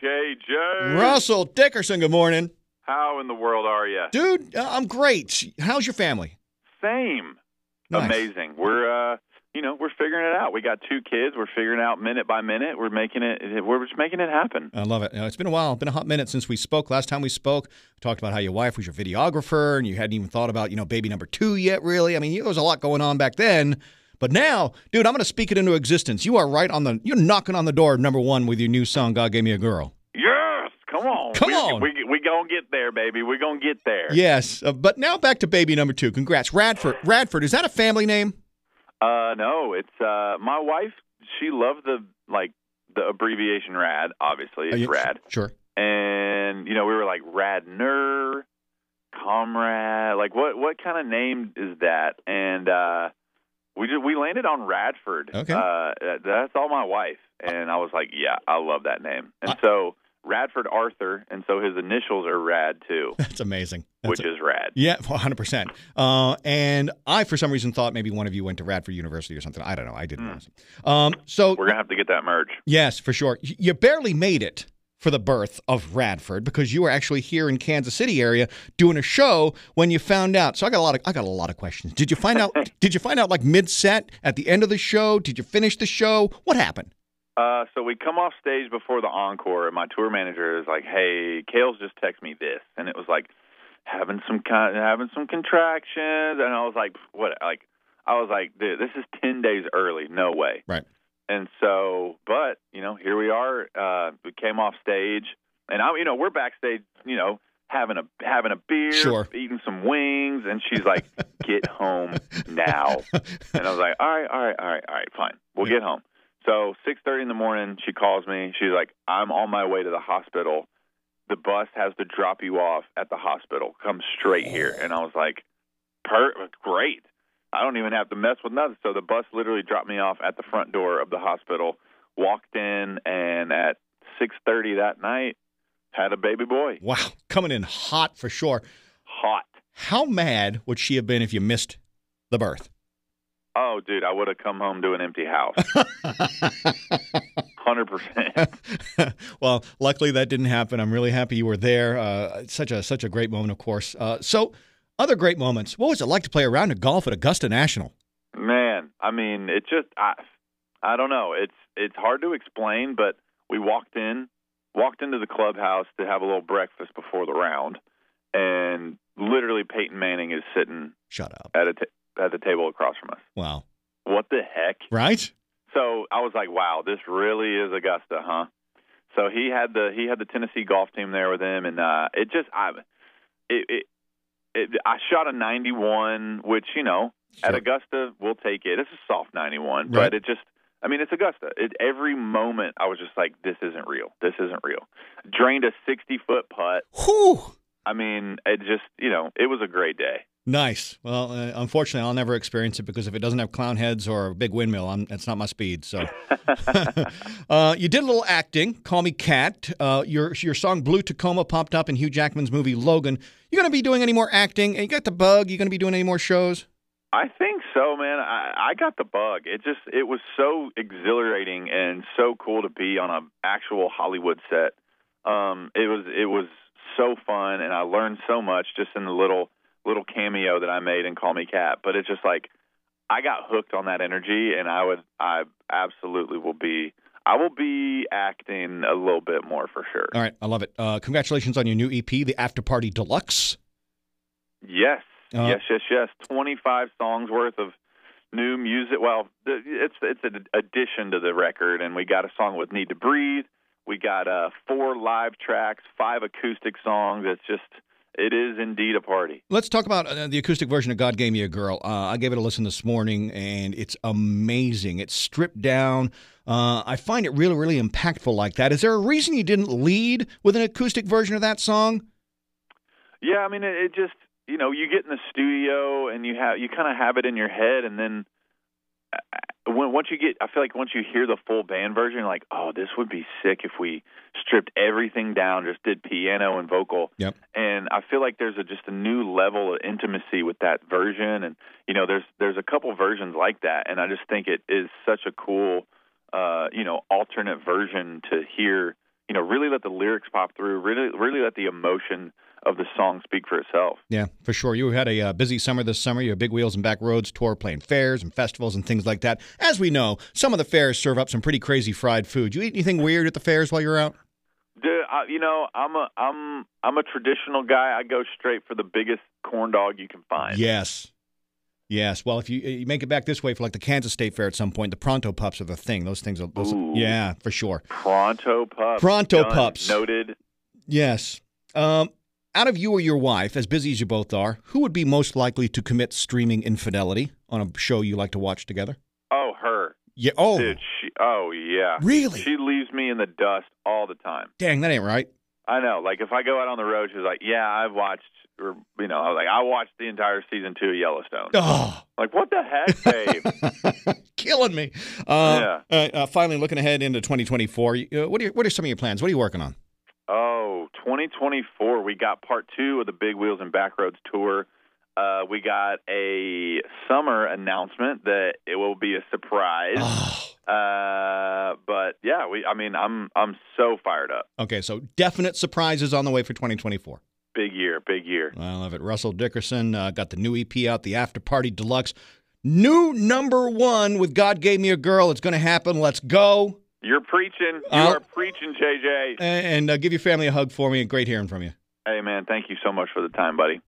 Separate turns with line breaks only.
JJ.
Russell Dickerson, good morning.
How in the world are you?
Dude, uh, I'm great. How's your family?
Same.
Nice.
Amazing. We're uh you know, we're figuring it out. We got two kids. We're figuring out minute by minute. We're making it we're just making it happen.
I love it. Uh, It's been a while, been a hot minute since we spoke. Last time we spoke, we talked about how your wife was your videographer and you hadn't even thought about, you know, baby number two yet, really. I mean, there was a lot going on back then. But now, dude, I'm going to speak it into existence. You are right on the, you're knocking on the door of number one with your new song, God Gave Me a Girl.
Yes. Come on.
Come
we,
on.
We we going to get there, baby. We're going to get there.
Yes. Uh, but now back to baby number two. Congrats. Radford. Radford, is that a family name?
Uh no, it's uh my wife, she loved the like the abbreviation rad, obviously.
Are
It's
you-
rad.
Sure.
and you know we were like radner comrade like what what kind of name is that and uh we just we landed on radford
Okay.
uh that- that's all my wife and i was like yeah i love that name and so radford arthur and so his initials are rad too
That's amazing. That's
which
a-
is rad
Yeah, 100%. Uh, and I, for some reason, thought maybe one of you went to Radford University or something. I don't know. I didn't know. Um, so,
we're gonna have to get that merge
yes, for sure. Y- You barely made it for the birth of Radford because you were actually here in Kansas City area doing a show when you found out. So I got a lot of I got a lot of questions. Did you find out did you find out like mid-set at the end of the show? Did you finish the show? What happened?
Uh, so we come off stage before the encore, and my tour manager is like, "Hey, Kale's just text me this," and it was like having some kind, having some contractions, and I was like, "What?" Like, I was like, "Dude, this is ten days early. No way."
Right.
And so, but you know, here we are. Uh, we came off stage, and I, you know, we're backstage, you know, having a having a beer,
Sure.
eating some wings, and she's like, "Get home now." And I was like, all right, all right, all right, all right, fine. We'll get home. So 6:30 in the morning, she calls me. She's like, I'm on my way to the hospital. The bus has to drop you off at the hospital. Come straight here. And I was like, per great. I don't even have to mess with nothing. So the bus literally dropped me off at the front door of the hospital. Walked in, and at 6:30 that night, had a baby boy.
Wow, coming in hot for sure.
Hot.
How mad would she have been if you missed the birth?
Oh, dude, I would have come home to an empty house. Hundred percent.
well, luckily that didn't happen. I'm really happy you were there. Uh, such a such a great moment, of course. Uh, so, other great moments. What was it like to play a round of golf at Augusta National?
Man, I mean, it just I I don't know. It's it's hard to explain, but we walked in, walked into the clubhouse to have a little breakfast before the round, and literally Peyton Manning is sitting
Shut up!
at a ta- at the table across from us.
Wow,
What the heck?
right?
So I was like, wow, this really is Augusta, huh? So he had the he had the Tennessee golf team there with him, and uh, it just I it, it it I shot a 91, which you know at
Sure.
Augusta we'll take it. It's a soft 91,
Right.
but it just I mean it's Augusta. It, every moment I was just like, this isn't real. This isn't real. Drained a 60 foot putt.
Whew.
I mean, it just you know it was a great day.
Nice. Well, uh, unfortunately, I'll never experience it because if it doesn't have clown heads or a big windmill, I'm, that's not my speed. So, uh, you did a little acting. Call me Cat. Uh, your your song Blue Tacoma popped up in Hugh Jackman's movie Logan. You gonna be doing any more acting? You got the bug. You gonna be doing any more shows?
I think so, man. I, I got the bug. It just it was so exhilarating and so cool to be on an actual Hollywood set. Um, it was it was so fun, and I learned so much just in the little little cameo that I made in Call Me Cat. But it's just like I got hooked on that energy, and I would I absolutely will be I will be acting a little bit more for sure.
All right, I love it. Uh, congratulations on your new EP, the After Party Deluxe.
Yes,
Uh,
yes, yes, yes. Twenty-five songs worth of new music. Well, th- it's it's an addition to the record, and we got a song with "Need to Breathe." We got uh, four live tracks, five acoustic songs. It's just, it is indeed a party.
Let's talk about uh, the acoustic version of "God Gave Me a Girl." Uh, I gave it a listen this morning, and it's amazing. It's stripped down. Uh, I find it really, really impactful like that. Is there a reason you didn't lead with an acoustic version of that song?
Yeah, I mean, it, it just, you know, you get in the studio and you have, you kind of have it in your head, and then. uh, When, once you get, I feel like once you hear the full band version, you're like, oh, this would be sick if we stripped everything down, just did piano and vocal.
Yep.
and I feel like there's a, just a new level of intimacy with that version, and you know, there's there's a couple versions like that, and I just think it is such a cool, uh, you know, alternate version to hear, you know, really really let the lyrics pop through. Really, really let the emotion of the song speak for itself.
Yeah, for sure. You had a uh, busy summer this summer. Your Big Wheels and Back Roads tour, playing fairs and festivals and things like that. As we know, some of the fairs serve up some pretty crazy fried food. You eat anything weird at the fairs while you're out?
Dude, I, you know, I'm a I'm I'm a traditional guy. I go straight for the biggest corn dog you can find.
Yes. Yes. Well, if you, you make it back this way for like the Kansas State Fair at some point, the Pronto Pups are the thing. Those things are, those-
Ooh.
yeah, for sure.
Pronto pups.
Pronto
Done.
pups.
Noted.
Yes. Um, out of you or your wife, as busy as you both are, who would be most likely to commit streaming infidelity on a show you like to watch together?
Oh, her.
Yeah. Oh,
Dude, she, oh yeah.
Really?
She leaves me in the dust all the time.
dang, that ain't right.
I know. Like if I go out on the road, she's like, "Yeah, I've watched." Or you know, I was like, "I watched the entire season two of Yellowstone."
Oh,
Like what the heck, babe?
killing me. Uh, uh, uh, finally, looking ahead into 2024, you- uh, what are, your, what are some of your plans? What are you working on?
Oh, 2024. We got part two of the Big Wheels and Backroads tour. Uh, we got a summer announcement that it will be a surprise.
Oh,
Uh, but yeah, we. I mean, I'm I'm so fired up.
okay, so definite surprises on the way for 2024.
Big year, big year.
I love it. Russell Dickerson uh, got the new EP out, the After Party Deluxe. New number one with God Gave Me a Girl. It's going to happen. Let's go.
You're preaching. You
Uh,
are preaching, JJ.
And, and uh, give your family a hug for me. Great hearing from you.
Hey man, thank you so much for the time, buddy.